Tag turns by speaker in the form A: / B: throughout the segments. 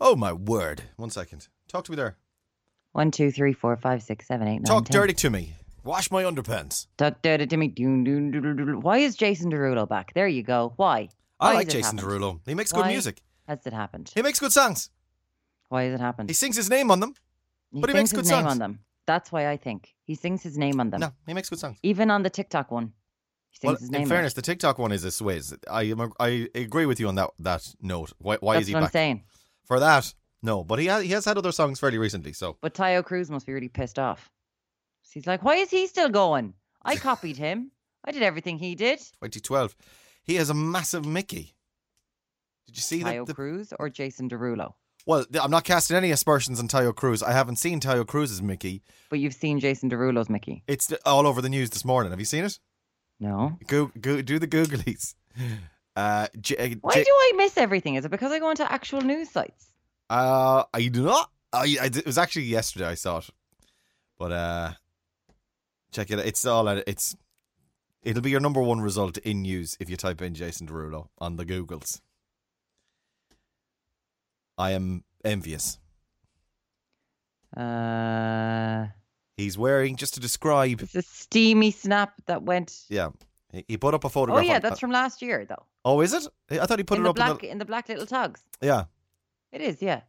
A: Oh my word! One second. Talk to me there.
B: One, two, three, four, five, six, seven, eight, nine,
A: Talk
B: 10.
A: dirty to me. Wash my underpants.
B: Talk dirty to me. Doon, doon, doon, doon, doon. Why is Jason Derulo back? There you go. Why?
A: I
B: Why
A: like
B: has it
A: Jason
B: happened?
A: Derulo. He makes
B: Why
A: good music.
B: Has it happened?
A: He makes good songs.
B: Why has it happened?
A: He sings his name on them.
B: he
A: but he makes
B: sings
A: good
B: his name
A: songs.
B: on them. That's why I think he sings his name on them.
A: No, he makes good songs.
B: Even on the TikTok one, he sings
A: Well,
B: his name.
A: in
B: on
A: fairness,
B: it.
A: the TikTok one is a sways. I am, I agree with you on that that note. Why, why
B: that's
A: is he
B: what
A: back
B: I'm saying.
A: for that? No, but he has, he has had other songs fairly recently. So
B: But Tyo Cruz must be really pissed off. So He's like, why is he still going? I copied him. I did everything he did.
A: 2012, he has a massive Mickey. Did you see
B: Tyo
A: that? the-
B: Cruz or Jason Derulo?
A: Well, th- I'm not casting any aspersions on Tayo Cruz. I haven't seen Tayo Cruz's Mickey.
B: But you've seen Jason Derulo's Mickey.
A: It's th- all over the news this morning. Have you seen it?
B: No.
A: Go, go do the googlies. Uh, J- uh,
B: Why
A: J-
B: do I miss everything? Is it because I go onto actual news sites?
A: Uh, I do not. I, I d- it was actually yesterday I saw it, but uh, check it. out. It's all at- it's. It'll be your number one result in news if you type in Jason Derulo on the Googles. I am envious.
B: Uh,
A: He's wearing just to describe.
B: it's a steamy snap that went.
A: Yeah, he, he put up a
B: Oh
A: photograph.
B: yeah,
A: on- uh,
B: that's from last year though.
A: oh, is it? I thought he put
B: in
A: it
B: the
A: up.
B: black
A: In
B: in the... black little togs.
A: the, yeah.
B: It is, yeah.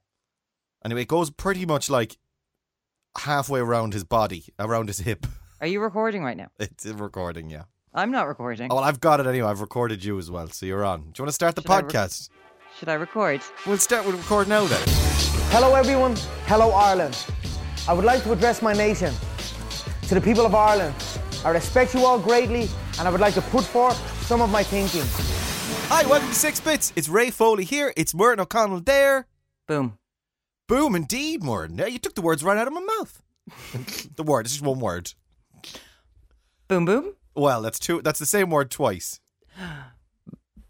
A: Anyway, it goes pretty much like halfway around his body, around his hip.
B: Are you recording right now?
A: It's a recording. Yeah.
B: I'm not recording.
A: Oh, well, I've got it anyway. I've recorded you as well, so you're on. Do you want to start the
B: Should I re-
A: podcast?
B: Should I record?
A: We'll start with record now then.
C: Hello, everyone. Hello, Ireland. I would like to address my nation. To the people of Ireland, I respect you all greatly and I would like to put forth some of my thinking.
A: Hi, welcome to Six Bits. It's Ray Foley here. It's Martin O'Connell there.
B: Boom.
A: Boom, indeed, Martin. Now you took the words right out of my mouth. the word. It's just one word.
B: Boom boom.
A: Well, that's two. That's the same word twice.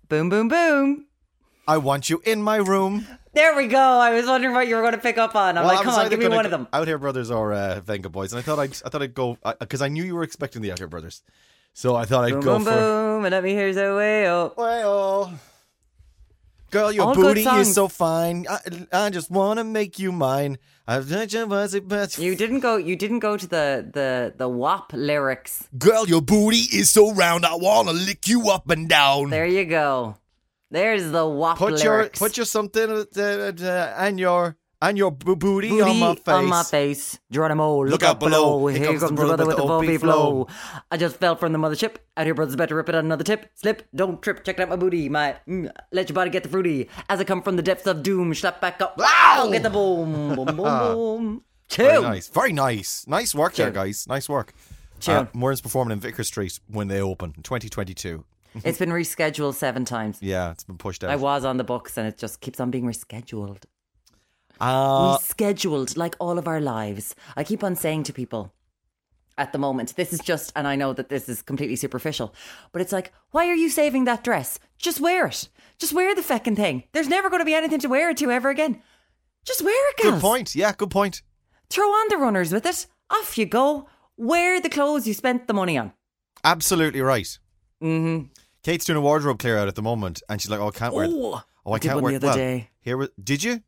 B: Boom boom boom.
A: I want you in my room.
B: There we go. I was wondering what you were going to pick up on. I'm
A: Well, I
B: like, come
A: was
B: on,
A: either
B: give me
A: gonna
B: one
A: go
B: of them.
A: Out here, brothers, or uh, Venga Boys, and I thought I'd, I thought I'd go because I knew you were expecting the Out here, brothers, so I thought I'd
B: Boom
A: go
B: boom
A: for.
B: boom. And let me hear the way up.
A: Well, girl, your
B: All good
A: booty is
B: songs.
A: so fine. I, I just wanna make you mine. I've done your best, but-
B: You didn't go. You didn't go to the the the WAP lyrics.
A: Girl, your booty is so round. I wanna lick you up and down.
B: There you go. There's the WAP
A: put your
B: lyrics.
A: put your something uh, uh, uh, and your and your bo- booty, on my face.
B: On my face. Geronimo, look,
A: Look
B: out
A: out below.
B: below.
A: Here
B: Here
A: comes the
B: comes the
A: brother
B: brother
A: with
B: with the
A: the OP
B: bumpy flow.
A: flow.
B: I just fell from the mothership. Out here, brother's about to rip it on another tip. Slip, don't trip. Check out my booty. My mm, let your body get the fruity. As I come from the depths of doom, slap back up. Wow! Get the boom, boom, boom, boom.
A: Ah. Very
B: Two.
A: nice, very nice, nice work there,
B: Tune.
A: guys. Nice work.
B: Tune.
A: Moran's performing in Vicar Street when they open, 2022.
B: It's been rescheduled seven times.
A: Yeah, it's been pushed out.
B: I was on the books, and it just keeps on being rescheduled.
A: Uh,
B: scheduled like all of our lives. I keep on saying to people at the moment, this is just, and I know that this is completely superficial, but it's like, why are you saving that dress? Just wear it. Just wear the feckin' thing. There's never going to be anything to wear it to ever again. Just wear it, girls.
A: good point. Yeah, good point.
B: Throw on the runners with it. Off you go. Wear the clothes you spent the money on.
A: Absolutely right. Mm-hmm. Kate's doing a wardrobe clear out at the moment, and she's like, "Oh, I can't wear.
B: Ooh,
A: oh, I
B: did
A: can't
B: one
A: wear."
B: the other
A: well,
B: day.
A: Here, was, did you?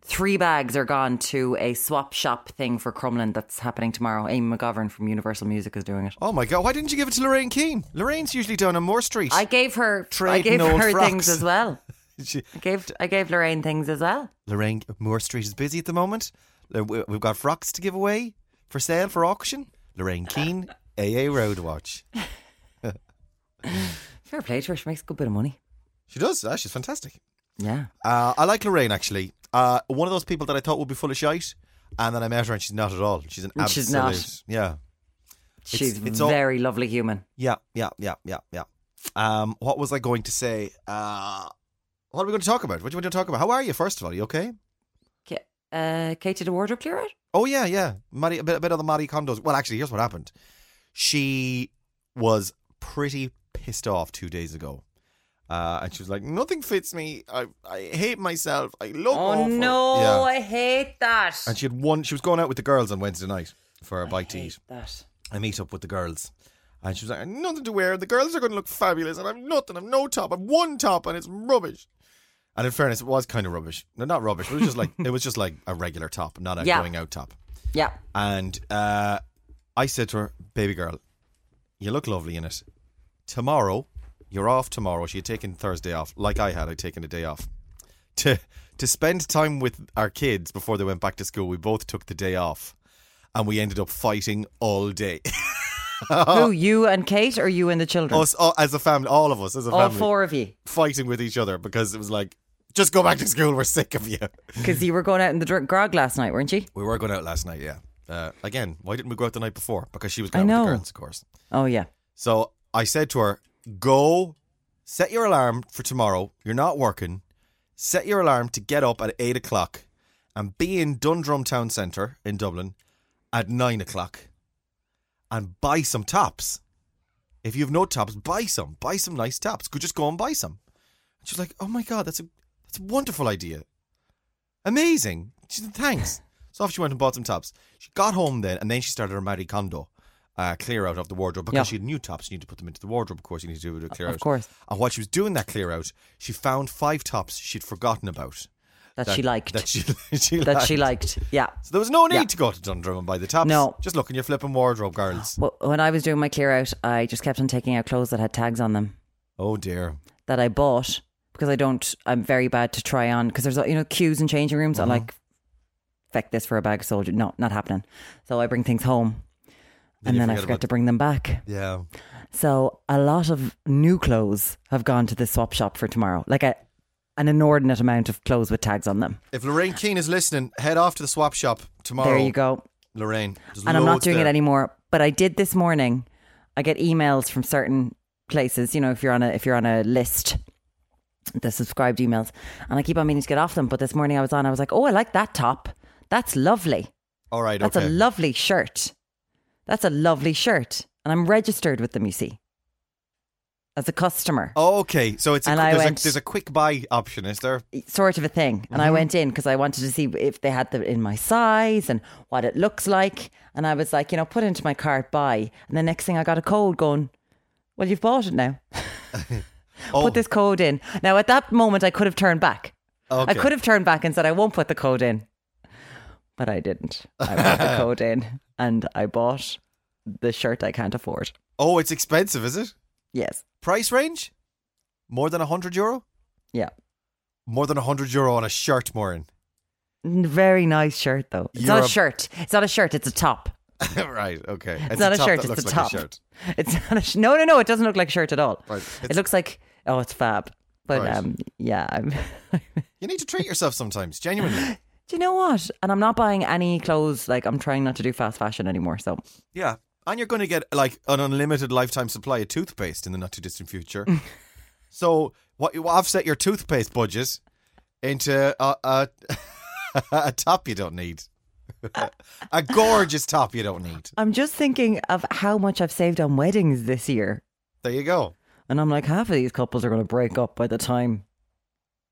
B: Three bags are gone to a swap shop thing for Crumlin that's happening tomorrow. Amy McGovern from Universal Music is doing it.
A: Oh my god! Why didn't you give it to Lorraine Keane? Lorraine's usually down on Moore Street.
B: I gave her I
A: Trading
B: gave
A: old
B: her
A: frocks.
B: things as well.
A: She-
B: I gave I gave Lorraine things as well.
A: Lorraine Moore Street is busy at the moment. Uh, we- We've got frocks to give away for sale for auction. Lorraine Keane, AA Roadwatch.
B: Fair play to her. She makes a good bit of money.
A: She does. Ah, she's fantastic.
B: Yeah.
A: Uh, I like Lorraine actually. Uh, one of those people that I thought would be full of shite, and then I met her and she's not at all. She's an
B: And
A: absolute.
B: she's not.
A: Yeah.
B: She's
A: it's all-
B: very lovely human.
A: Yeah, yeah, yeah, yeah, yeah. Um, what was I going to say? Uh, what are we going to talk about? What do you want to talk about? How are you? First of all, you okay?
B: K- uh, Kate did a wardrobe clear out.
A: Oh yeah, yeah. Maddie, a bit, a bit of the Maddie condos. Well, actually, here's what happened. She was pretty pissed off two days ago, uh, and she was like, "Nothing fits me. I I hate myself. I look
B: Oh,
A: awful." Oh, Yeah.
B: I hate that.
A: And she had one. She was going out with the girls on Wednesday night for a bite to eat.
B: that.
A: I meet up with the girls. And she was like, I've nothing to wear. The girls are going to look fabulous. And I've nothing. I've no top. I've one top and it's rubbish. And in fairness, it was kind of rubbish. No, not rubbish. It was just like it was just like a regular top, not a
B: Yeah.
A: going out top.
B: Yeah.
A: And uh, I said to her, "Baby girl, you look lovely in it. Tomorrow, you're off. Tomorrow, she had taken Thursday off, like I had. I'd taken a day off to to spend time with our kids before they went back to school. We both took the day off, and we ended up fighting all day. Oh.
B: Who, you and Kate or you and the children?
A: us all, as a family, all of us as a
B: All
A: Oh, family,
B: four of you.
A: fighting with each other because it was like, just go back to school. We're sick of you.
B: Because you were going out in the drink grog last night, weren't you?
A: We were going out last night. Yeah. Uh, again, why didn't we go out the night before? Because she was going
B: I
A: out with
B: know.
A: the girls, of course.
B: Oh, yeah.
A: So I said to her, go set your alarm for tomorrow. You're not working. Set your alarm to get up at eight o'clock and be in Dundrum Town Centre in Dublin at nine o'clock and buy some tops. If you have no tops, buy some. Buy some nice tops. Go just go and buy some. And she's like, Oh my god, that's a that's a wonderful idea. Amazing. She said, Thanks. so off she went and bought some tops. She got home then and then she started her Marie Kondo uh, clear out of the wardrobe because
B: Yeah.
A: she had new tops. You need to put them into the wardrobe, of course. You need to do a clear
B: Of
A: out.
B: course.
A: And while she was doing that clear out, she found five tops she'd forgotten about.
B: That, she liked.
A: That she, she
B: That
A: liked.
B: she liked. Yeah.
A: So there was no need
B: Yeah.
A: to go to Dundrum and buy the tops.
B: No.
A: Just look in your flipping wardrobe, girls.
B: Wh- When I was doing my clear out, I just kept on taking out clothes that had tags on them
A: Oh dear.
B: that I bought because I don't, I'm very bad to try on because there's, you know, queues in changing rooms.
A: Uh-huh.
B: I'm like, feck this for a bag of soldier. No, not happening. So I bring things home and
A: you
B: then I
A: forget
B: forget
A: about-
B: to bring them back.
A: Yeah.
B: So a lot of new clothes have gone to the swap shop for tomorrow. Like a, an inordinate amount of clothes with tags on them.
A: If Lorraine Keane is listening, head off to the swap shop tomorrow.
B: There you go.
A: Lorraine. There's
B: and I'm not
A: loads
B: doing
A: there.
B: it anymore. But I did this morning. I get emails from certain places. You know, if you're on a if you're on a list, the subscribed emails, and I keep on meaning to get off them. But this morning I was on. I was like, oh, I like that top. That's lovely.
A: All right,
B: That's
A: okay.
B: a lovely shirt. That's a lovely shirt. And I'm registered with them. You see, as a customer,
A: Okay, so it's a,
B: And I
A: there's,
B: went-
A: a, there's a quick buy option, is there?
B: sort of a thing.
A: Mm-hmm.
B: And I went in because I wanted to see if they had them in my size and what it looks like. And I was like, you know, put into my cart, buy. And the next thing I got a code going, well, you've bought it now.
A: Oh,
B: Put this code in. Now, at that moment, I could have turned back.
A: okay.
B: I could have turned back and said, I won't put the code in. But I didn't. I put the code in and I bought the shirt I can't afford.
A: Oh, it's expensive, is it?
B: Yes.
A: Price range? More than 100 euro?
B: Yeah.
A: More than 100 euro on a shirt, Maureen.
B: N- Very nice shirt, though. It's
A: You're
B: not a
A: a-
B: shirt. It's not a shirt. It's a top.
A: right, okay. It's,
B: It's, not a,
A: top
B: shirt.
A: that looks
B: It's a
A: like
B: top.
A: a shirt.
B: It's not a sh- no, no, no. It doesn't look like a shirt at all.
A: Right,
B: It
A: it's-
B: looks like oh, it's fab. But
A: Right.
B: um, yeah. I'm
A: You need to treat yourself sometimes, genuinely.
B: do you know what? And I'm not buying any clothes. Like I'm trying not to do fast fashion anymore. So
A: yeah. And you're going to get like an unlimited lifetime supply of toothpaste in the not too distant future. so, what you offset your toothpaste budget into a, a, a top you don't need. a gorgeous top you don't need.
B: I'm just thinking of how much I've saved on weddings this year,
A: There you go.
B: and I'm like, half of these couples are going to break up by the time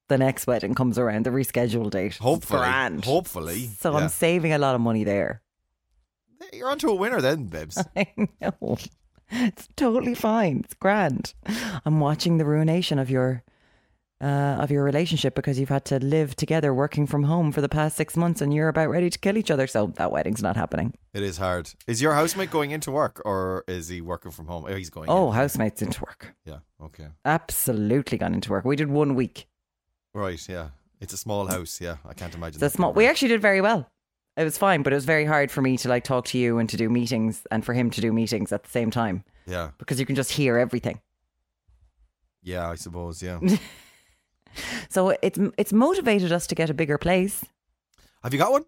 B: the next wedding comes around, the rescheduled date. It's
A: Hopefully.
B: grand.
A: Hopefully.
B: So
A: yeah.
B: I'm saving a lot of money there.
A: You're onto a winner then, Bibs.
B: I know. It's totally fine. It's grand. I'm watching the ruination of your uh, of your relationship because you've had to live together working from home for the past six months and you're about ready to kill each other. So that wedding's not happening.
A: It is hard. Is your housemate going into work or is he working from home? Oh, he's going.
B: Oh, housemates into work.
A: in. yeah. Okay.
B: Absolutely gone into work. We did one week.
A: Right. Yeah. It's a small house. Yeah. I can't imagine.
B: So
A: that
B: small.
A: being
B: We
A: right.
B: actually did very well. It was fine, but it was very hard for me to like talk to you and to do meetings and for him to do meetings at the same time
A: Yeah.
B: because you can just hear everything.
A: Yeah. I suppose. Yeah.
B: So it's it's motivated us to get a bigger place.
A: Have you got one?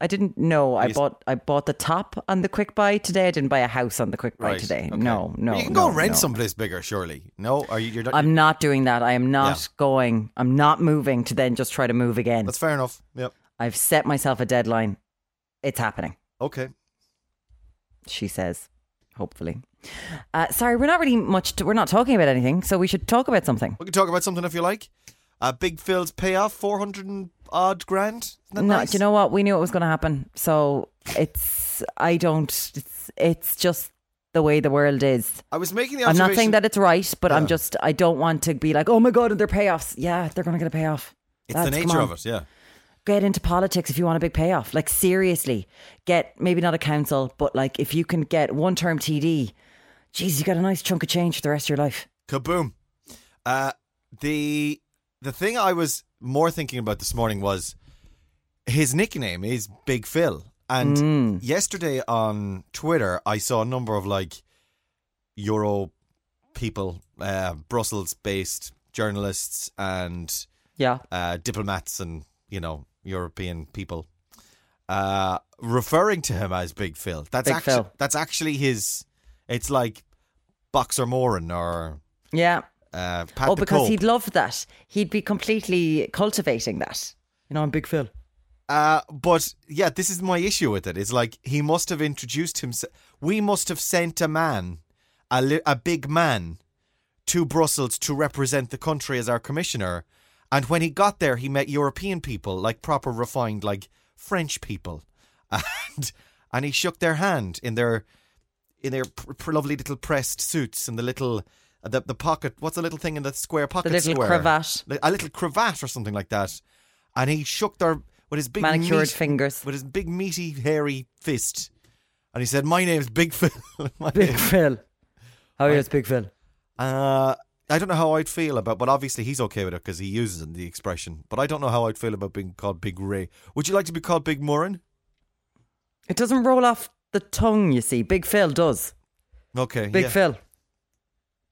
B: I didn't know. I
A: You s-
B: bought I bought the top on the quick buy today. I didn't buy a house on the quick buy
A: Right,
B: today.
A: okay.
B: No, no.
A: you can go
B: no,
A: rent
B: no.
A: someplace bigger, surely. No. Are you? You're not.
B: I'm not doing that. I am not
A: Yeah.
B: going. I'm not moving to then just try to move again.
A: that's fair enough. Yep.
B: I've set myself a deadline. It's happening.
A: Okay.
B: She says, hopefully. Uh, sorry, we're not really much. To, we're not talking about anything. So we should talk about something.
A: We can talk about something if you like. Uh, Big Phil's payoff, four hundred and odd grand. Isn't that
B: no,
A: nice?
B: do you know what? We knew it was going to happen. So it's. I don't. It's. It's just the way the world is.
A: I was making the
B: I'm
A: observation.
B: not saying that it's right, but I'm
A: Yeah.
B: just I don't want to be like, oh my god, and their payoffs. Yeah, they're going to get a payoff.
A: it's the
B: Lads, come
A: nature
B: on.
A: of it. Yeah.
B: Get into politics if you want a big payoff. Like seriously, get maybe not a council, but like if you can get one term TD, geez, you got a nice chunk of change for the rest of your life.
A: Kaboom. Uh, the the thing I was more thinking about this morning was his nickname is Big Phil. And
B: Mm.
A: yesterday on Twitter, I saw a number of like Euro people, uh, Brussels based journalists and
B: Yeah,
A: uh, diplomats and, you know, European people uh, referring to him as Big Phil. That's,
B: Big
A: actu-
B: Phil.
A: that's actually his, it's like Boxer Moran or
B: yeah.
A: uh, Pat
B: oh,
A: the
B: because
A: Pope.
B: he'd love that. He'd be completely cultivating that. You know, I'm Big Phil.
A: Uh, but yeah, this is my issue with it. It's like he must have introduced himself. We must have sent a man, a, li- a big man, to Brussels to represent the country as our commissioner. And when he got there, he met European people, like proper refined, like French people, and and he shook their hand in their in their pr- pr- lovely little pressed suits and the little the the pocket. What's the little thing in the square pocket?
B: little
A: square?
B: cravat.
A: Li- a little cravat or something like that. And he shook their with his big
B: Manicured
A: meat-
B: fingers.
A: with his big meaty hairy fist, and he said, "My name's Big Phil." My
B: Big
A: name-
B: Phil. How are you, Big Phil?
A: Uh, I don't know how I'd feel about, but obviously he's okay with it because he uses the expression. But I don't know how I'd feel about being called Big Ray. Would you like to be called Big Moran?
B: It doesn't roll off the tongue, you see. Big Phil does.
A: Okay,
B: Big
A: yeah.
B: Phil.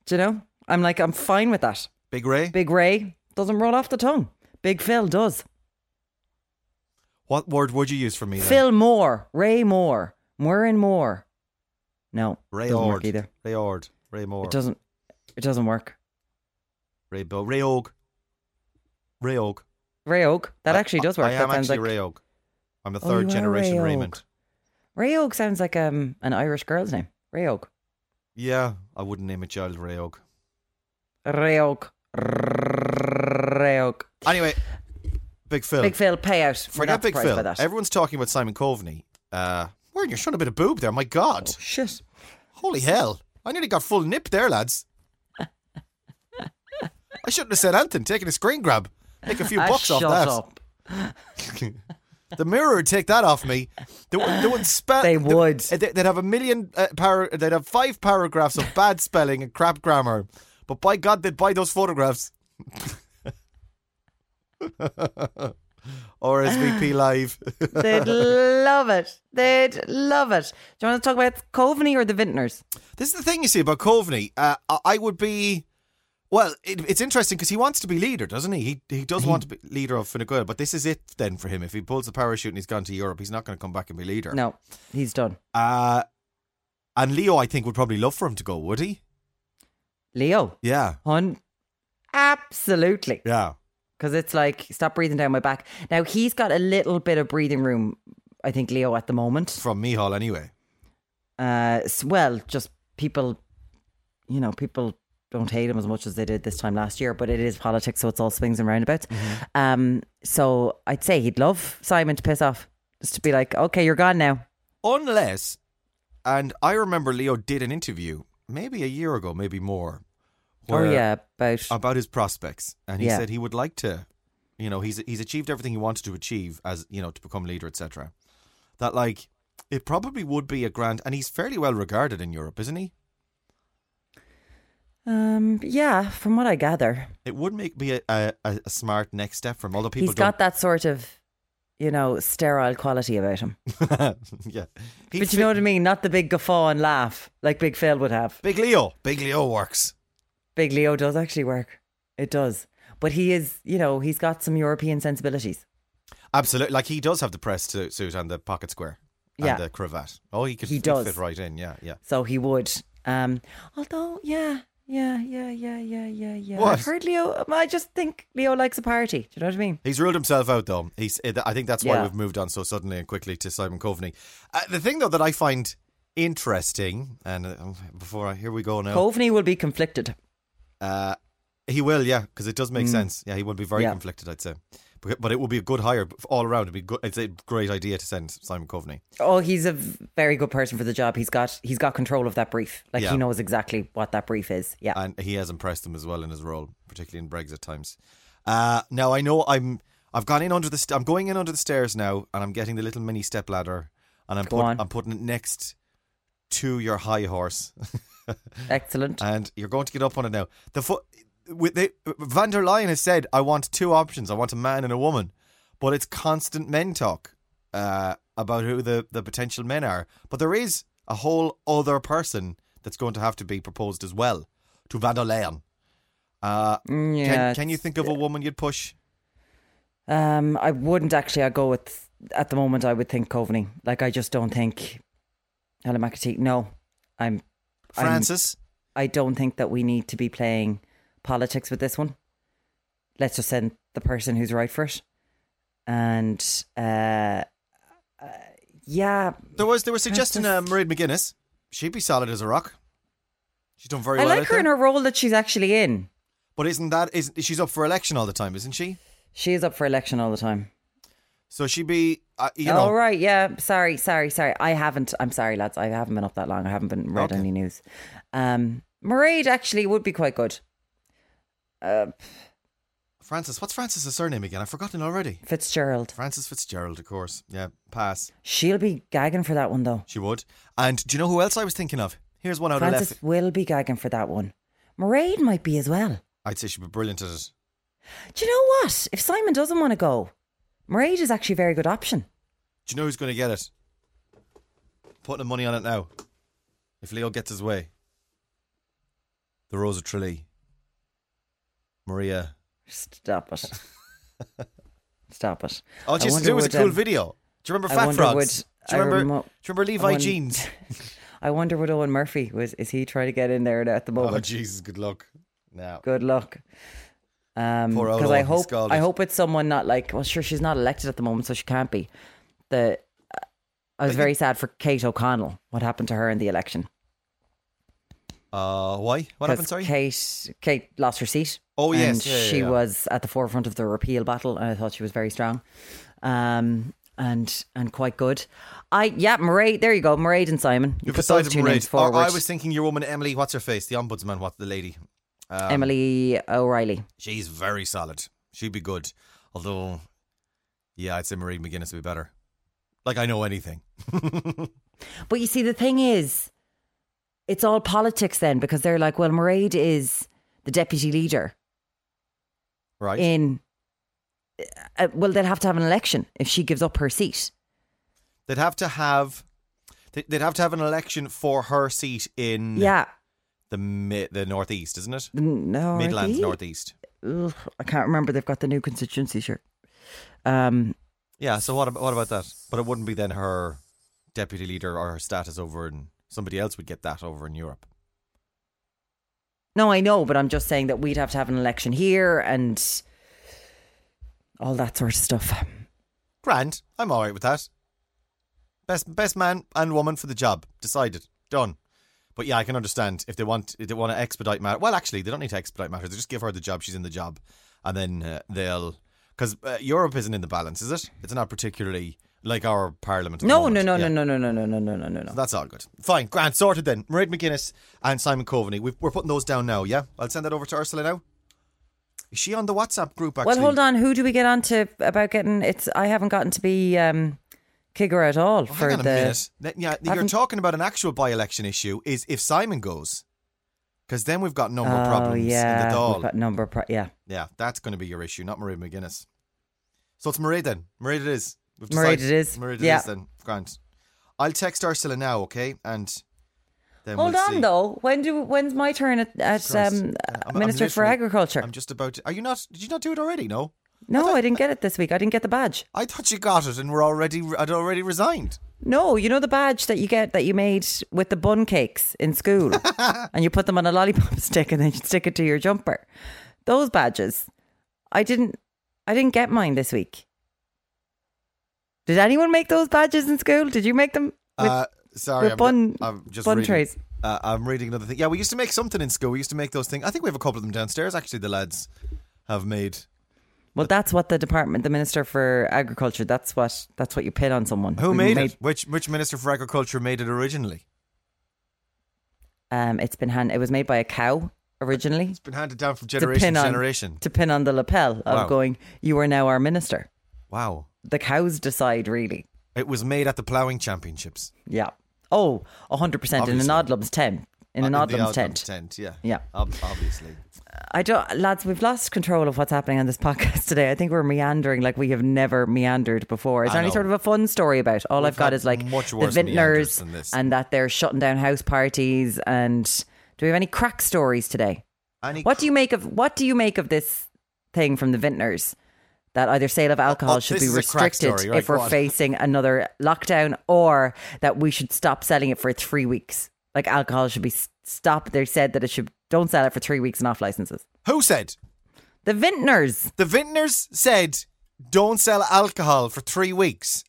B: Do you know? I'm like, I'm fine with that.
A: Big Ray.
B: Big Ray doesn't roll off the tongue. Big Phil does.
A: what word would you use for me? then?
B: Phil Moore, Ray Moore, Murrin Moore. No,
A: Ray
B: doesn't work
A: Ord.
B: either.
A: Ray Ord. Ray Moore.
B: It doesn't. It doesn't work.
A: Ray Bo. Ray Og. Ray Og.
B: Ray Oak. That
A: I-
B: actually does work.
A: I, I
B: that
A: am
B: sounds
A: actually
B: like
A: Ray Og. I'm a
B: Oh,
A: third
B: you are
A: generation
B: Ray
A: Raymond.
B: Og. Ray Oak sounds like um an Irish girl's name. Ray Oak.
A: Yeah, I wouldn't name a child Ray Og.
B: Ray Oak. Ray Oak.
A: Anyway, Big Phil.
B: Big Phil payout. We're
A: Forget
B: not
A: Big
B: surprised
A: Phil.
B: by that.
A: Everyone's talking about Simon Coveney. Uh, Warren, you're showing a bit of boob there. My God.
B: Shit.
A: Holy hell. I nearly got full nip there, lads. I shouldn't have said anything. Taking a screen grab. Make a few
B: Ah,
A: bucks off
B: shut
A: that.
B: up.
A: The mirror would take that off me. They would, they would spell.
B: They would.
A: They, would have a million. Uh, para, they'd have five paragraphs of bad spelling and crap grammar. But by God, they'd buy those photographs. RSVP live.
B: They'd love it. They'd love it. Do you want to talk about Coveney or the Vintners?
A: This is the thing you see about Coveney. Uh, I- I would be. Well, it, it's interesting because he wants to be leader, doesn't he? He he does want to be leader of Fine Gael, but this is it then for him. If he pulls the parachute and he's gone to Europe, he's not going to come back and be leader.
B: No, he's done.
A: Uh, and Leo, I think, would probably love for him to go, would he?
B: Leo,
A: Yeah.
B: hun, absolutely.
A: Yeah.
B: Because it's like, stop breathing down my back. Now, he's got a little bit of breathing room, I think, Leo, at the moment.
A: From Mihal, anyway.
B: Uh, s- well, just people, you know, people don't hate him as much as they did this time last year, but it is politics, so it's all swings and roundabouts. Um, so I'd say he'd love Simon to piss off, just to be like, okay, you're gone now.
A: Unless, and I remember Leo did an interview maybe a year ago, maybe more.
B: oh,
A: where-
B: yeah, about.
A: about his prospects, and he
B: Yeah.
A: said he would like to, you know, he's he's achieved everything he wanted to achieve as you know to become leader, etc. That like it probably would be a grand, and he's fairly well regarded in Europe, isn't he?
B: Um, yeah, from what I gather,
A: It would make me a, a, a a smart next step from other people.
B: he's got that sort of, you know, sterile quality about him.
A: that. yeah, He
B: but you
A: fit-
B: know what I mean? Not the big guffaw and laugh like Big Phil would have.
A: Big Leo, Big Leo works.
B: Big Leo does actually work. It does. But he is, you know, he's got some European sensibilities.
A: Absolutely, like he does have the press su- suit and the pocket square. And
B: Yeah.
A: the cravat. Oh, he could
B: He
A: he'd
B: does.
A: fit right in. Yeah, yeah.
B: So he would. Um, although, yeah, yeah, yeah, yeah, yeah, yeah, yeah.
A: What?
B: I've heard Leo. I just think Leo likes a party. Do you know what I mean?
A: He's ruled himself out, though. He's. eh, I think that's why
B: Yeah.
A: we've moved on so suddenly and quickly to Simon Coveney. Uh, the thing, though, that I find interesting, and uh, before I here we go now,
B: Coveney will be conflicted.
A: uh, he will, yeah, because it does make sense. Yeah, he will be very
B: Mm. Yeah.
A: conflicted, I'd say. But but it would be a good hire all around. It'd be good. It's a great idea to send Simon Coveney.
B: Oh, he's a v- very good person for the job. He's got he's got control of that brief. Like
A: Yeah.
B: he knows exactly what that brief is. Yeah.
A: and he has impressed them as well in his role, particularly in Brexit times. Uh, now I know I'm I've gone in under the st- I'm going in under the stairs now, and I'm getting the little mini step ladder, and I'm
B: Go
A: put-
B: on.
A: I'm putting it next to your high horse,
B: Excellent.
A: and you're going to get up on it now. The foot with they, Van der Leyen has said I want two options. I want a man and a woman, but it's constant men talk uh, about who the the potential men are. But there is a whole other person that's going to have to be proposed as well to Van der Leyen. Uh, can,
B: Mm, yeah.
A: can you think of a woman you'd push?
B: Um, I wouldn't actually. I go with at the moment. I would think Coveney. Like I just don't think Helen McAtee. No, I'm.
A: Francis?
B: I'm, I don't think that we need to be playing politics with this one. Let's just send the person who's right for it. And uh, uh yeah,
A: there was they were suggesting uh, Mairead McGuinness. She'd be solid as a rock. She's done very
B: I
A: well.
B: like
A: out
B: her in
A: there.
B: her role that she's actually in.
A: But isn't that is she's up for election all the time, isn't she?
B: She is up for election all the time.
A: So she'd be uh, you
B: All right,
A: know
B: yeah. Sorry, sorry, sorry. I haven't. I'm sorry, lads. I haven't been up that long. I haven't been read
A: Okay.
B: any news. Um, Mairead actually would be quite good. Uh,
A: Francis. What's Francis's surname again? I've forgotten already.
B: Fitzgerald.
A: Francis Fitzgerald, of course. Yeah, pass.
B: She'll be gagging for that one though.
A: She would. And do you know who else I was thinking of? Here's one out of
B: Francis
A: left.
B: will be gagging for that one. Mairead might be as well.
A: I'd say she'd be brilliant at it.
B: Do you know what? If Simon doesn't want to go, Mairead is actually a very good option.
A: Do you know who's going to get it? Putting the money on it now. If Leo gets his way, the Rosa Trilly, Maria.
B: Stop it. Stop it.
A: All
B: I
A: she used to
B: wonder
A: do Oh, was a
B: would,
A: cool
B: um,
A: video. Do you remember
B: I
A: Fat
B: wonder
A: Frogs?
B: would-
A: do you
B: I
A: remember?
B: remo-
A: do you remember Levi
B: I wonder-
A: jeans?
B: I wonder what Owen Murphy was. Is he trying to get in there at the
A: Oh
B: moment?
A: Jesus! Good luck. Now
B: Good luck. Um,
A: Poor old
B: because I
A: Owen, he's
B: hope
A: scalded.
B: I hope it's someone not like. Well, sure, she's not elected at the moment, so she can't be. The I was very sad for Kate O'Connell. What happened to her in the election?
A: Uh, why? What
B: 'Cause
A: happened? Sorry.
B: Kate Kate lost her seat.
A: Oh, yes.
B: and
A: Yeah, yeah,
B: she
A: yeah.
B: was at the forefront of the repeal battle, and I thought she was very strong, um, and and quite good. I yeah, Mairead. There you go, Mairead and Simon. You
A: You've
B: put those
A: decided
B: two names
A: Mairead. Or
B: forward.
A: I was thinking your woman Emily. What's her face? The ombudsman. What the lady? Um,
B: Emily O'Reilly.
A: She's very solid. She'd be good. Although, yeah, I'd say Marie McGuinness would be better. Like I know anything.
B: But you see, the thing is, it's all politics then because they're like, well, Mairead is the deputy leader
A: Right.
B: in. Uh, well, they'll have to have an election if she gives up her seat.
A: They'd have to have they- they'd have to have an election for her seat in
B: Yeah.
A: the mi- the northeast, isn't it?
B: No.
A: Midlands
B: really?
A: northeast.
B: Ugh, I can't remember. They've got the new constituency shirt. Um,
A: Yeah, so what about, what about that? But it wouldn't be then her deputy leader or her status over in somebody else would get that over in Europe.
B: no, I know, but I'm just saying that we'd have to have an election here and all that sort of stuff.
A: Grand. I'm all right with that. Best best man and woman for the job. Decided. Done. But yeah, I can understand if they want if they want to expedite matter. Well, actually, they don't need to expedite matters. They just give her the job. She's in the job, and then uh, they'll because uh, Europe isn't in the balance, is it? It's not particularly like our parliament. at the
B: No, no,
A: moment.
B: no,
A: Yeah.
B: no, no, no, no, no, no, no, no, no, no.
A: So that's all good. Fine, grand, sorted then. Mairead McGuinness and Simon Coveney. We've, we're putting those down now, yeah? I'll send that over to Ursula now. Is she on the WhatsApp group, actually?
B: Well, hold on. Who do we get on to about getting? It's I haven't gotten to be um, Kigger at all
A: Oh, Hang
B: for
A: on a
B: the.
A: minute. Th- Yeah, you're
B: Haven't-
A: talking about an actual by election issue is if Simon goes. Because then we've got number
B: Oh
A: problems in
B: yeah,
A: the doll.
B: we've got number. Pro- yeah,
A: Yeah, that's going to be your issue, not Mairead McGuinness. So it's Mairead then. Mairead it is. We've
B: Mairead
A: decided-
B: it is.
A: Mairead it
B: Yeah.
A: is then. Grand. I'll text Ursula now, okay? And then
B: hold
A: we'll
B: on
A: see.
B: though. When do when's my turn at, at
A: Christ.
B: um,
A: I'm- I'm
B: Minister for
A: literally-
B: Agriculture?
A: I'm just about to. Are you not? Did you not do it already? No.
B: no, I, didn't get it this week. I didn't get the badge.
A: I thought you got it and were already. I'd already resigned.
B: No, you know the badge that you get that you made with the bun cakes in school, and you put them on a lollipop stick, and then you stick it to your jumper. Those badges, I didn't. I didn't get mine this week. Did anyone make those badges in school? Did you make them? with-
A: Uh, sorry,
B: with
A: I'm,
B: bun-
A: I'm just
B: bun
A: reading.
B: trays.
A: Uh, I'm reading another thing. Yeah, we used to make something in school. We used to make those things. I think we have a couple of them downstairs. Actually, the lads have made.
B: Well, that's what the department, the minister for agriculture. That's what that's what you pin on someone
A: Who made, it? Which which minister for agriculture made it originally?
B: Um, it's been hand. It was made by a cow originally
A: It's been handed down from
B: to
A: generation
B: pin
A: to
B: on
A: generation.
B: to pin on the lapel of
A: Wow.
B: going. You are now our minister.
A: Wow.
B: The cows decide, really.
A: It was made at the ploughing championships.
B: Yeah. Oh, hundred percent in an
A: Obviously.
B: oddlums tent. In an
A: Uh, the
B: oddlums
A: Oddlums
B: tent.
A: tent. Yeah.
B: Yeah.
A: Ob- obviously.
B: I don't, lads. We've lost control of what's happening on this podcast today. I think we're meandering like we have never meandered before. It's
A: I
B: only
A: know.
B: sort of a fun story about. All
A: We've
B: I've got
A: had
B: is like
A: much
B: the
A: worse meanders
B: vintners
A: than this.
B: and that they're shutting down house parties. And do we have any crack stories today?
A: Any
B: What do you make of what do you make of this thing from the vintners that either sale of alcohol
A: oh,
B: should
A: this
B: be
A: is a crack
B: restricted
A: story, right,
B: if we're
A: go on.
B: facing another lockdown, or that we should stop selling it for three weeks? Like alcohol should be s- stopped. They said that it should don't sell it for three weeks and off licenses.
A: Who said?
B: The vintners.
A: The vintners said, don't sell alcohol for three weeks.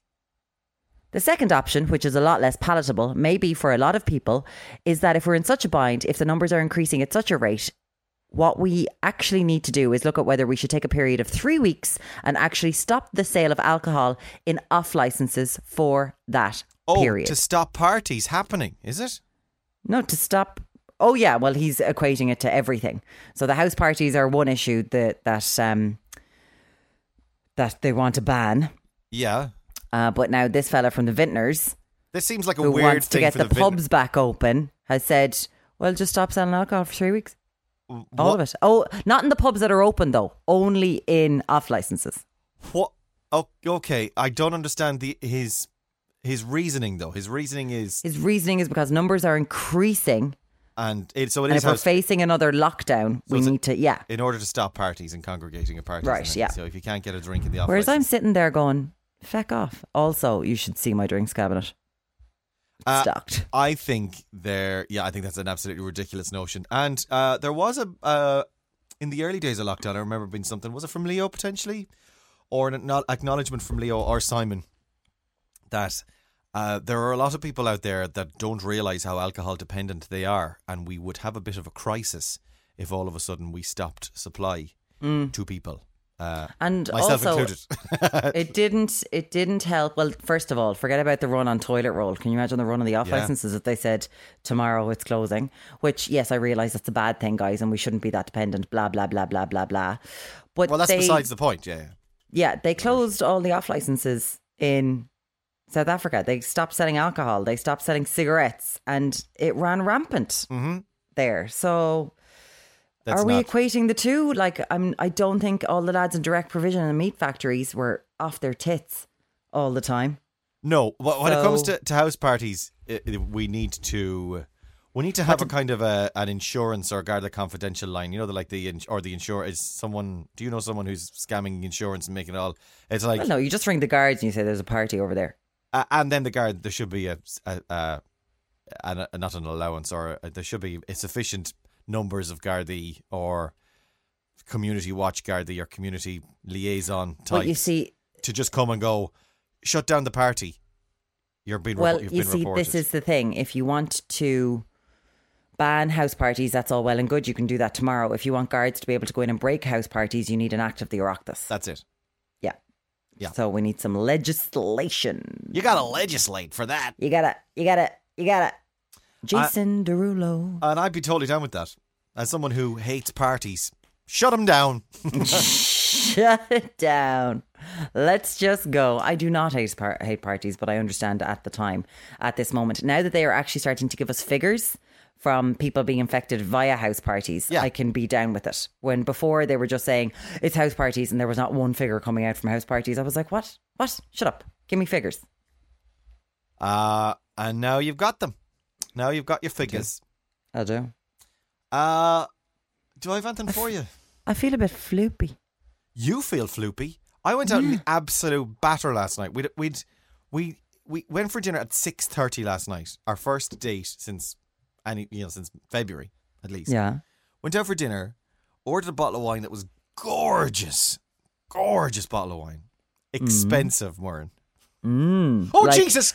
B: The second option, which is a lot less palatable, maybe for a lot of people, is that if we're in such a bind, if the numbers are increasing at such a rate, what we actually need to do is look at whether we should take a period of three weeks and actually stop the sale of alcohol in off licenses for that
A: Oh,
B: period.
A: to stop parties happening, is it?
B: No, to stop. Oh yeah, well he's equating it to everything. So the house parties are one issue that that um, that they want to ban.
A: Yeah.
B: Uh, but now this fella from the vintners
A: This seems like a
B: who
A: weird
B: wants to
A: thing
B: get
A: for
B: the,
A: vin-
B: pubs back open has said, "Well, just stop selling alcohol for three weeks, all of it." Oh, not in the pubs that are open though, only in off licenses.
A: What? Oh, okay, I don't understand the his his reasoning though. His reasoning is,
B: His reasoning is because numbers are increasing,
A: and it, so it
B: and
A: is
B: if we're
A: house-
B: facing another lockdown, we
A: it's a-
B: need to yeah.
A: in order to stop parties and congregating at parties.
B: Right,
A: and
B: yeah.
A: So if you can't get a drink in the office,
B: Whereas I'm sitting there going, "Feck off." Also, you should see my drinks cabinet. It's
A: Uh,
B: stocked.
A: I think there. Yeah, I think that's an absolutely ridiculous notion. And uh, there was a uh, in the early days of lockdown. I remember being something. Was it from Leo potentially, or an acknow- acknowledgement from Leo or Simon that uh, there are a lot of people out there that don't realize how alcohol dependent they are, and we would have a bit of a crisis if all of a sudden we stopped supply to people, uh,
B: And
A: myself
B: Mm. also,
A: included.
B: it didn't it didn't help well first of all forget about the run on toilet roll can you imagine the run on the off
A: Yeah.
B: licenses that they said tomorrow it's closing which yes i realize that's a bad thing guys and we shouldn't be that dependent blah blah blah blah blah blah but
A: well, that's
B: they,
A: besides the point. Yeah. yeah.
B: yeah they closed all the off licenses in south africa they stopped selling alcohol they stopped selling cigarettes and it ran rampant
A: Mm-hmm.
B: there so
A: That's
B: are we
A: not-
B: equating the two? Like, I'm. I don't think all the lads in direct provision and meat factories were off their tits all the time.
A: No, wh- when it comes
B: So-
A: to, to house parties, i i- we need to we need to have a kind of a, an insurance or guard the confidential line. You know, the, like the ins- or the insurer is someone. Do you know someone who's scamming insurance and making it all? It's like,
B: Well, no, you just ring the guards and you say there's a party over there.
A: uh, and then the guard there should be a, s- a- a- an- a- not an allowance or a, there should be a sufficient numbers of guardie or community watch guardie or community liaison
B: But you
A: types
B: see,
A: to just come and go shut down the party. You're being repo-
B: well,
A: you've
B: you
A: been
B: see,
A: reported.
B: this is the thing. If you want to ban house parties, that's all well and good. You can do that tomorrow. If you want guards to be able to go in and break house parties, you need an act of the Oireachtas.
A: that's it.
B: yeah,
A: Yeah.
B: So we need some legislation.
A: You gotta legislate for that.
B: You gotta, you gotta, you gotta. Jason Derulo.
A: And I'd be totally down with that. As someone who hates parties, shut them down.
B: Shut it down. Let's just go. I do not hate par- hate parties, but I understand at the time, at this moment, now that they are actually starting to give us figures from people being infected via house parties,
A: Yeah.
B: I can be down with it. When before they were just saying it's house parties and there was not one figure coming out from house parties, I was like, what? What? Shut up. Give me figures.
A: Uh, and now you've got them. Now you've got your figures.
B: I do.
A: Uh, do I have anything for you?
B: I feel a bit floopy.
A: You feel floopy. I went out in absolute batter last night. We'd, we'd, we we went for dinner at six thirty last night. Our first date since any you know since February at least.
B: Yeah.
A: Went out for dinner, ordered a bottle of wine that was gorgeous, gorgeous bottle of wine, expensive, Murren.
B: Mm.
A: Oh
B: Like,
A: Jesus!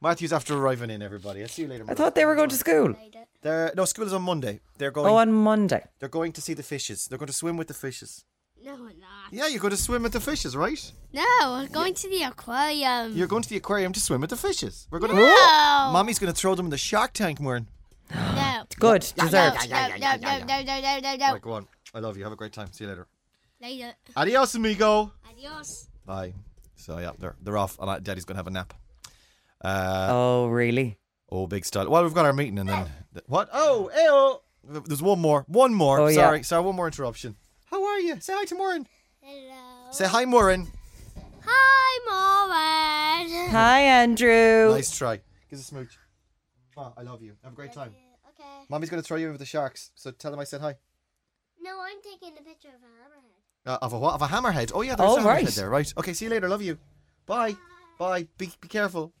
A: Matthew's after arriving in. Everybody, I'll see you later.
B: I
A: Murren.
B: thought they were going to school.
A: They're, no, school is on Monday. They're going.
B: Oh, on Monday.
A: they're going to see the fishes. They're going to swim with the fishes.
D: No, we're not.
A: Yeah, you're going to swim with the fishes, right?
D: No, we're going to the aquarium.
A: You're going to the aquarium to swim with the fishes. We're going to.
D: No.
A: Mommy's going to throw them in the shark tank, Maureen.
D: no.
B: Good.
D: No,
B: Deserved.
D: no, no, no, no, no, no, no, no.
A: Right, go on. I love you. Have a great time. See you later.
D: Later.
A: Adios, amigo.
D: Adios.
A: Bye. So yeah, they're they're off, and I- Daddy's going to have a nap. Uh,
B: Oh, really?
A: oh, big style. Well, we've got our meeting, and then what? Oh, ew. There's one more. One more.
B: Oh, yeah.
A: sorry, sorry. One more interruption. How are you? Say hi to Maureen.
D: Hello.
A: Say hi, Maureen.
D: Hi, Moran.
B: Hi, Andrew.
A: Nice try. Give us a smooch. Ma, I love you. Have a great time.
D: Okay.
A: Mommy's going to throw you over the sharks, so tell them I said hi.
D: No, I'm taking a picture of a hammerhead.
A: Uh, of a what? Of a hammerhead. Oh yeah, there's
B: Oh,
A: a hammerhead
B: right.
A: there. Right. Okay. See you later. Love you. Bye. Bye. Be be careful.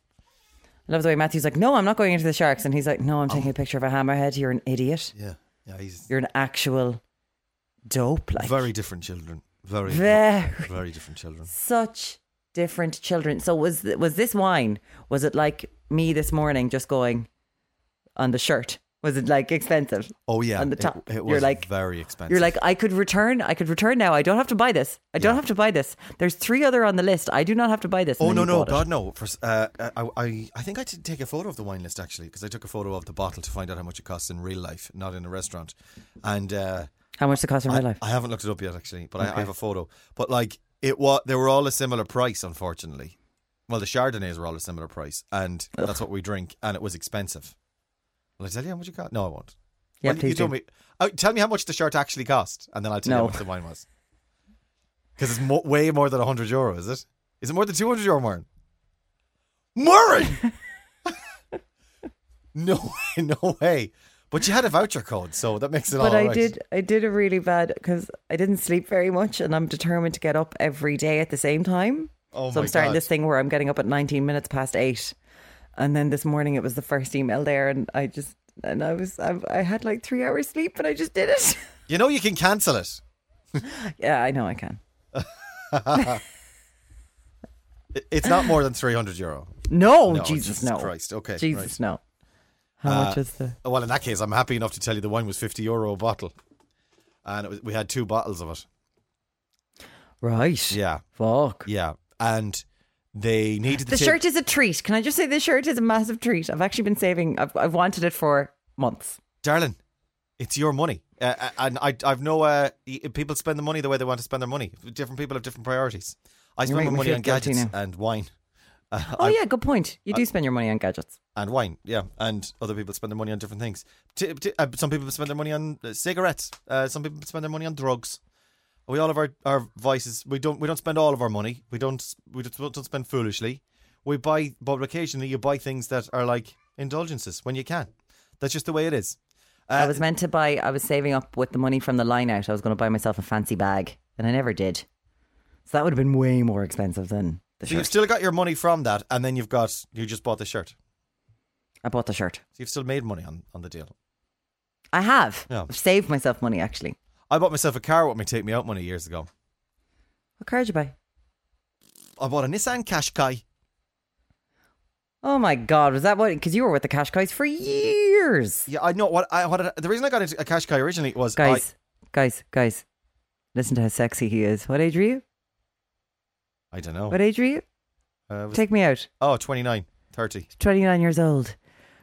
B: I love the way Matthew's like, no, I'm not going into the sharks. And he's like, no, I'm taking a picture of a hammerhead. You're an idiot.
A: Yeah. Yeah. He's
B: You're an actual dope. Like,
A: very different children. Very.
B: very,
A: Very different children.
B: such different children. So was th- was this wine? Was it like me this morning, just going on the shirt? Was it like expensive?
A: Oh yeah.
B: On the
A: it-
B: top.
A: It,
B: You're
A: was
B: like-
A: very expensive.
B: You're like, I could return. I could return now. I don't have to buy this. I don't
A: Yeah.
B: have to buy this. There's three other on the list. I do not have to buy this. And
A: Oh
B: then
A: no
B: you
A: no
B: bought it.
A: God no! For, s- uh, I, I I think I did take a photo of the wine list actually because I took a photo of the bottle to find out how much it costs in real life, not in a restaurant. And uh,
B: How much does it cost in real
A: I-
B: life?
A: I, haven't looked it up yet actually, but I, I have a photo. But like it was, they were all a similar price, unfortunately. Well, the Chardonnays were all a similar price, and that's what we drink, and it was expensive. Will I tell you how much it cost? No, I won't.
B: yeah,
A: Well,
B: please
A: you
B: do.
A: tell me. oh, tell me how much the shirt actually cost, and then I'll tell you
B: No.
A: how much the wine was. Because it's mo- way more than hundred euro, is it? Is it more than two hundred euro, Maureen? Maureen, no way, no way. But you had a voucher code, so that makes it all
B: But I
A: Oh, right.
B: did. I did a really bad because I didn't sleep very much, and I'm determined to get up every day at the same time.
A: Oh
B: so
A: my
B: I'm starting
A: God.
B: this thing where I'm getting up at 19 minutes past eight, and then this morning it was the first email there, and I just and I was I, I had like three hours sleep, but I just did it.
A: You know you can cancel it.
B: yeah, I know I can.
A: I- It's not more than three hundred euro.
B: No,
A: No,
B: Jesus,
A: Jesus
B: no,
A: Christ, okay,
B: Jesus,
A: right. Uh,
B: no. How much is the?
A: Well, in that case, I'm happy enough to tell you the wine was fifty euro a bottle, and it was, we had two bottles of it.
B: Right.
A: Yeah,
B: Fuck.
A: yeah, and they needed the,
B: The
A: tip-
B: shirt is a treat. Can I just say the shirt is a massive treat? I've actually been saving. I've I've wanted it for months.
A: darling, it's your money, uh, uh, and I, I've no. Uh, y- people spend the money the way they want to spend their money. Different people have different priorities. I spend my
B: making me
A: money
B: feel
A: on
B: guilty
A: gadgets
B: now.
A: and wine,
B: Oh yeah, good point. You do spend your money on gadgets.
A: and wine, yeah, and other people spend their money on different things. T- t- uh, some people spend their money on uh, cigarettes. Uh, some people spend their money on drugs. We all have our, our vices. We don't we don't spend all of our money. We don't s- we don't, don't spend foolishly. We buy, but occasionally you buy things that are like indulgences when you can. That's just the way it is. Uh,
B: I was meant to buy. I was saving up with the money from the line out. I was going to buy myself a fancy bag, and I never did. So that would have been way more expensive than the
A: So you've
B: shirt.
A: still got your money from that, and then you've got you just bought the shirt.
B: I bought the shirt.
A: So you've still made money on, on the deal.
B: I have.
A: Yeah.
B: I've saved myself money actually.
A: I bought myself a car with my take me out money years ago.
B: What car did you buy?
A: I bought a Nissan Qashqai.
B: Oh my god, was that what? Because you were with the cash guys for years,
A: Yeah, I know what I what I- the reason I got into a Qashqai originally was
B: guys, guys, guys. Listen to how sexy he is. What age are you?
A: I, I don't know.
B: What age are you?
A: Uh, was,
B: Take me out.
A: oh, 29, 30.
B: 29 years old,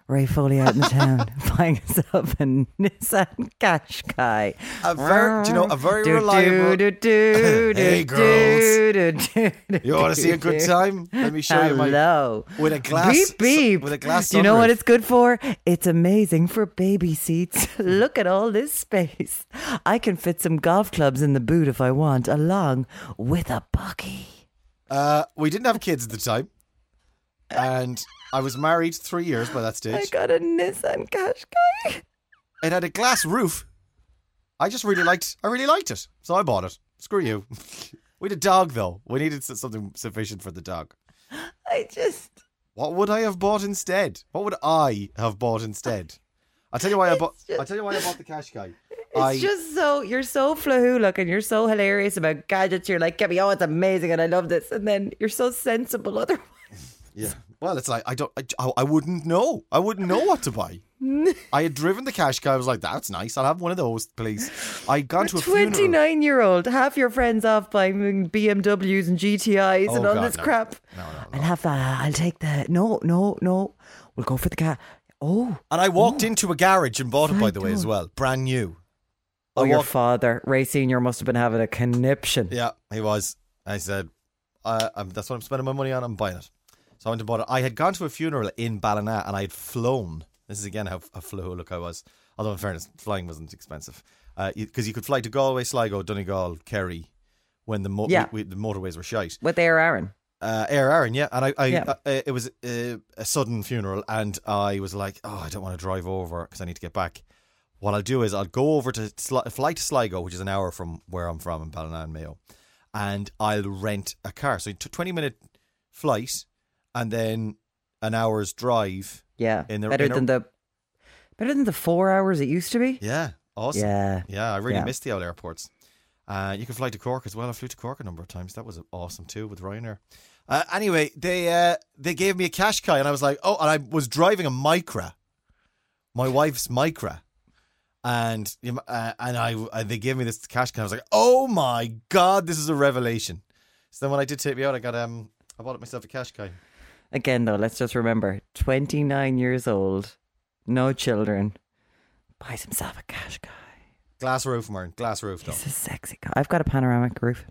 B: Ray Foley out in the town buying himself a Nissan Qashqai.
A: A ver- do you know, a very reliable- Hey, You want to see a good time? Let me show you my
B: Hello.
A: with a glass
B: beep beep.
A: with a glass.
B: Do you know what
A: sunroof.
B: it's good for? It's amazing for baby seats. Look at all this space. I can fit some golf clubs in the boot if I want, along with a buggy.
A: Uh, we didn't have kids at the time, and I was married three years by that
B: I
A: stage.
B: got a Nissan Qashqai.
A: It had a glass roof. I just really liked. I really liked it, so I bought it. Screw you. we had a dog though. We needed s- something sufficient for the dog.
B: I just
A: What would I have bought instead? What would I have bought instead? I'll tell you why I bought.
B: just-
A: I'll tell you why I bought the cash guy.
B: It's
A: I
B: just so you're so flahoolic and you're so hilarious about gadgets. You're like, Gabby, oh, it's amazing and I love this, and then you're so sensible otherwise.
A: Yeah. Well, it's like I don't. I, I- I wouldn't know. I wouldn't know what to buy. I had driven the cash car. I was like, "That's nice. I'll have one of those, please." I gone to a
B: Twenty
A: funeral.
B: nine year old, half your friends off buying BMWs and GTIs and
A: Oh,
B: all
A: God,
B: this
A: no.
B: crap.
A: No, no,
B: I'll have that. I'll take that. No, no, no. We'll go for the car. Oh,
A: And I walked into a garage and bought it, by the way, as well, brand new. I
B: oh, your
A: walked-
B: father, Ray Senior, must have been having a conniption.
A: Yeah, he was. I said, I, i "That's what I'm spending my money on. I'm buying it." So I went and bought it. I had gone to a funeral in Ballina, and I had flown. This is again how, how flew look I was. Although in fairness, flying wasn't expensive because you, 'cause you could fly to Galway, Sligo, Donegal, Kerry when the mo-
B: Yeah.
A: we, we, the motorways were shite.
B: With Air Aaron.
A: Uh, Air Aaron, yeah, and I, I
B: Yeah.
A: uh, uh, it was uh, a sudden funeral, and I was like, oh, I don't want to drive over because I need to get back. What I'll do is I'll go over to Sli- fly to Sligo, which is an hour from where I'm from in Ballina and Mayo, and I'll rent a car. So it's a 20 minute flight, and then an hour's drive.
B: Yeah,
A: In the-
B: better
A: in a-
B: than the better than the four hours it used to be.
A: Yeah, awesome.
B: Yeah.
A: Yeah, I really
B: Yeah.
A: missed the old airports. Uh, you can fly to Cork as well. I flew to Cork a number of times. That was awesome too with Ryanair. Uh, anyway, they uh, they gave me a cash guy, and I was like, oh, and I was driving a Micra, my wife's Micra, and you know, uh, and I and they gave me this cash guy. I was like, oh my god, this is a revelation. So then when I did take me out, I got um, I bought myself a cash guy.
B: Again, though, let's just remember 29 years old, no children, buys himself a cash guy.
A: Glass roof, Martin. Glass roof, though.
B: He's a sexy guy. I've got a panoramic roof.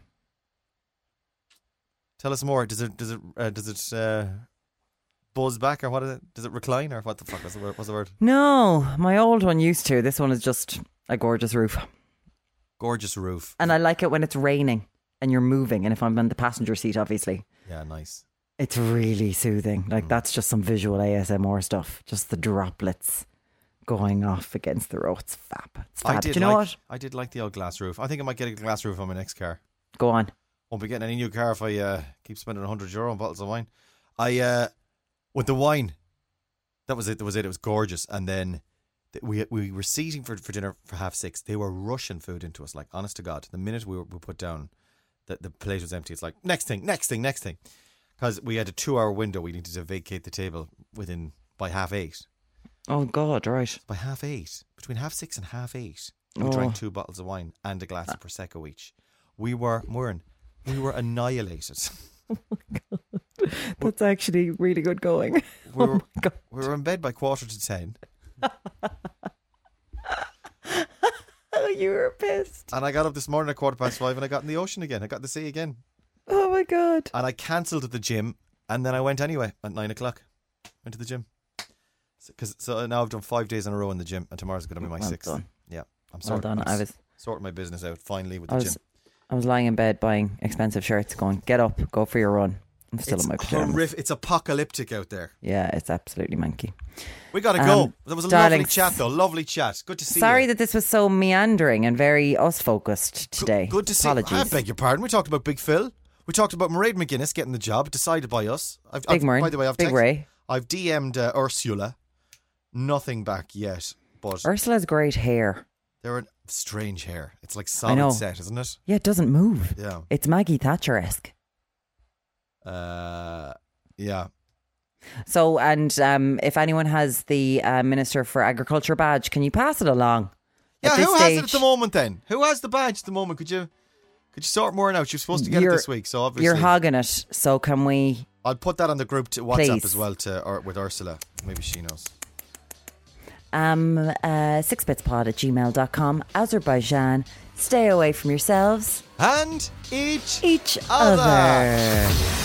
A: Tell us more. Does it does it uh, does it uh, buzz back or what is it? Does it recline or what the fuck was the word? What's the word?
B: No, my old one used to. This one is just a gorgeous roof.
A: Gorgeous roof.
B: And I like it when it's raining and you're moving. And if I'm on the passenger seat, obviously,
A: Yeah, nice.
B: it's really soothing. Like, that's just some visual ASMR stuff. Just the droplets going off against the road. It's fab. It's
A: I
B: fab. Do
A: did
B: you know
A: like,
B: what?
A: I did like the old glass roof. I think I might get a glass roof on my next car.
B: Go on.
A: Won't be getting any new car if I uh, keep spending hundred euro on bottles of wine. I uh, with the wine, that was it. That was it. It was gorgeous. And then th- we we were seating for, for dinner for half six. They were rushing food into us. Like honest to God, the minute we were we put down, the the plate was empty. It's like next thing, next thing, next thing, because we had a two hour window. We needed to vacate the table within by half eight.
B: Oh, God, right.
A: By half eight, between half six and half eight, we
B: Oh.
A: drank two bottles of wine and a glass of prosecco each. We were, Moran, we were annihilated.
B: That's actually really good going.
A: We were,
B: Oh God.
A: we were in bed by quarter to ten,
B: Oh, you were pissed.
A: and I got up this morning at quarter past five, and I got in the ocean again. I got in the sea again,
B: Oh my god.
A: and I cancelled at the gym, and then I went anyway at nine o'clock. Went to the gym. So, cause, so now I've done five days in a row in the gym, and tomorrow's going to be my
B: Well
A: sixth.
B: done.
A: Yeah, I'm
B: Well
A: sorting.
B: done.
A: I'm
B: I was
A: sorting my business out finally with
B: I
A: the
B: was
A: gym.
B: I was lying in bed buying expensive shirts, going, get up, go for your run. I'm still
A: It's
B: in my pajamas.
A: horrific. It's apocalyptic out there.
B: Yeah, it's absolutely manky.
A: We gotta
B: Um,
A: go. That was a lovely
B: darlings.
A: chat, though. Lovely chat. Good to see
B: Sorry
A: you.
B: that this was so meandering and very us focused today.
A: Good to see.
B: Apologies.
A: I beg your pardon. We talked about Big Phil. We talked about Mairead McGuinness getting the job decided by us. I've,
B: Big
A: I've-
B: Murray.
A: By the way, I've
B: Big
A: text-
B: Ray.
A: I've DM'd uh, Ursula. Nothing back yet, but
B: Ursula's great hair.
A: they're in strange hair. It's like solid
B: know.
A: set, isn't it?
B: Yeah, it doesn't move.
A: Yeah.
B: It's Maggie Thatcher esque.
A: Uh, yeah.
B: So, and um, if anyone has the uh, Minister for Agriculture badge, can you pass it along?
A: Yeah.
B: At this
A: Who has it at
B: stage-
A: the moment? Then who has the badge at the moment? Could you? Could you sort more out? You're supposed to get
B: You're-
A: it this week, so obviously
B: You're hogging it. So, can we
A: I'll put that on the group to WhatsApp
B: Please.
A: as well to or, with Ursula. Maybe she knows.
B: Um, uh, sixbitspod at gmail.com. Azerbaijan, stay away from yourselves,
A: and each
B: each
A: Other.
B: other.